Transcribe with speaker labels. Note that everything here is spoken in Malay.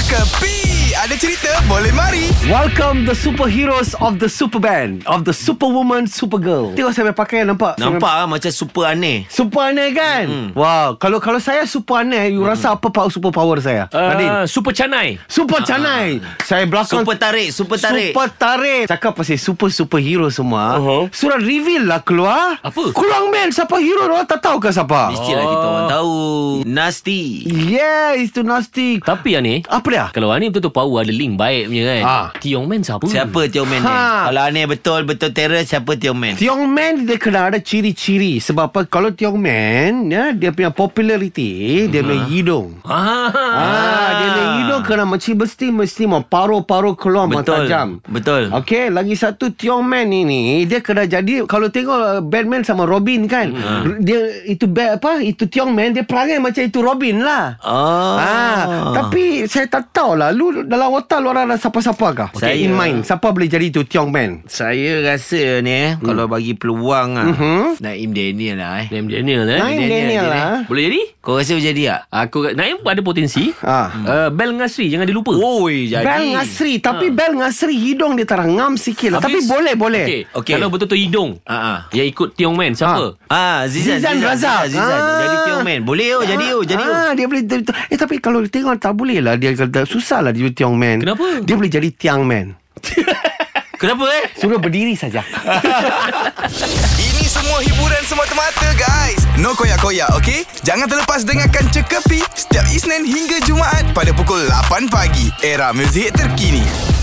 Speaker 1: Kepi Ada cerita boleh mari
Speaker 2: Welcome the superheroes of the superman Of the superwoman, supergirl Tengok saya punya pakaian nampak Saya
Speaker 3: Nampak ah macam super aneh.
Speaker 2: punya- Super aneh kan mm. Wow Kalau kalau saya super aneh You rasa apa power, super power saya
Speaker 3: Ah.
Speaker 2: uh. Nadine
Speaker 4: Uh, super canai.
Speaker 2: Super canai Saya belakang
Speaker 3: Super tarik, super tarik.
Speaker 2: Super tarik Cakap pasal super-superhero semua
Speaker 4: Uh-huh.
Speaker 2: Surat reveal lah keluar
Speaker 4: Apa?
Speaker 2: Kurang man Siapa hero Orang tak tahu ke siapa
Speaker 3: Mestilah kita orang tahu. Nasty.
Speaker 2: Yeah It's too nasty
Speaker 4: Tapi yang ni
Speaker 2: Apa dia?
Speaker 4: kalau Ani betul-betul power ada link baik punya kan.
Speaker 2: Ah.
Speaker 4: Tiong Man siapa?
Speaker 3: Siapa Tio Man ni?
Speaker 2: Ha.
Speaker 3: Kalau aneh betul, betul terror, siapa Tio Man?
Speaker 2: Tiong Man dia kena ada ciri-ciri sebab apa kalau Tiong Man ya dia punya populariti dia
Speaker 3: Mhm.
Speaker 2: punya hidung.
Speaker 4: Ah.
Speaker 2: Ah, dia punya hidung kena mesti mesti mesti mau paru-paru keluar
Speaker 3: Betul.
Speaker 2: mata tajam.
Speaker 3: Betul.
Speaker 2: Okey, lagi satu Tiong Man ini dia kena jadi kalau tengok uh, Batman sama Robin kan.
Speaker 3: Hmm.
Speaker 2: Dia itu ba- apa? Itu Tiong Man dia perangai macam itu Robin lah.
Speaker 3: Oh.
Speaker 2: Ah, tapi saya tak tahu lah lu dalam otak lu orang ada siapa-siapa kah?
Speaker 3: Saya-
Speaker 2: in mind siapa boleh jadi itu Tiong Man?
Speaker 3: Saya rasa ni eh, hmm. kalau bagi peluang ah. Naim Daniel lah eh.
Speaker 4: Naim Daniel eh.
Speaker 2: Naim
Speaker 3: Daniel,
Speaker 2: Daniel
Speaker 3: Daniel.
Speaker 2: lah.
Speaker 4: Boleh jadi?
Speaker 3: Kau rasa boleh jadi tak? Ah.
Speaker 4: Aku Naim pun ada potensi.
Speaker 2: Ah.
Speaker 4: Uh, Bel Ngasri jangan dilupa.
Speaker 3: Oi, jadi.
Speaker 2: Bel ngasri Tapi ha. bel ngasri Hidung dia terang ngam sikit lah Tapi
Speaker 4: Habis-
Speaker 2: boleh boleh
Speaker 4: Okey.
Speaker 2: okay.
Speaker 3: Okey.
Speaker 4: Okay. Kalau betul-betul hidung.
Speaker 3: Ha ah.
Speaker 4: Yang ikut Tiong Man siapa?
Speaker 3: Ah, Zizan,
Speaker 2: Zizan Razak.
Speaker 3: Zizan, Zizan.
Speaker 2: Ah.
Speaker 3: Jadi Tio Man. Boleh oh, jadi oh, jadi oh.
Speaker 2: ah, Dia boleh dia- dia- Eh tapi kalau tengok Tak boleh lah Dia kata susah lah Dia tiang man
Speaker 4: Kenapa?
Speaker 2: Dia boleh jadi tiang man
Speaker 3: Kenapa eh?
Speaker 2: Suruh berdiri saja
Speaker 1: Ini semua hiburan semata-mata guys No koyak-koyak ok Jangan terlepas dengarkan Cekapi Setiap Isnin hingga Jumaat Pada pukul 8 pagi Era muzik terkini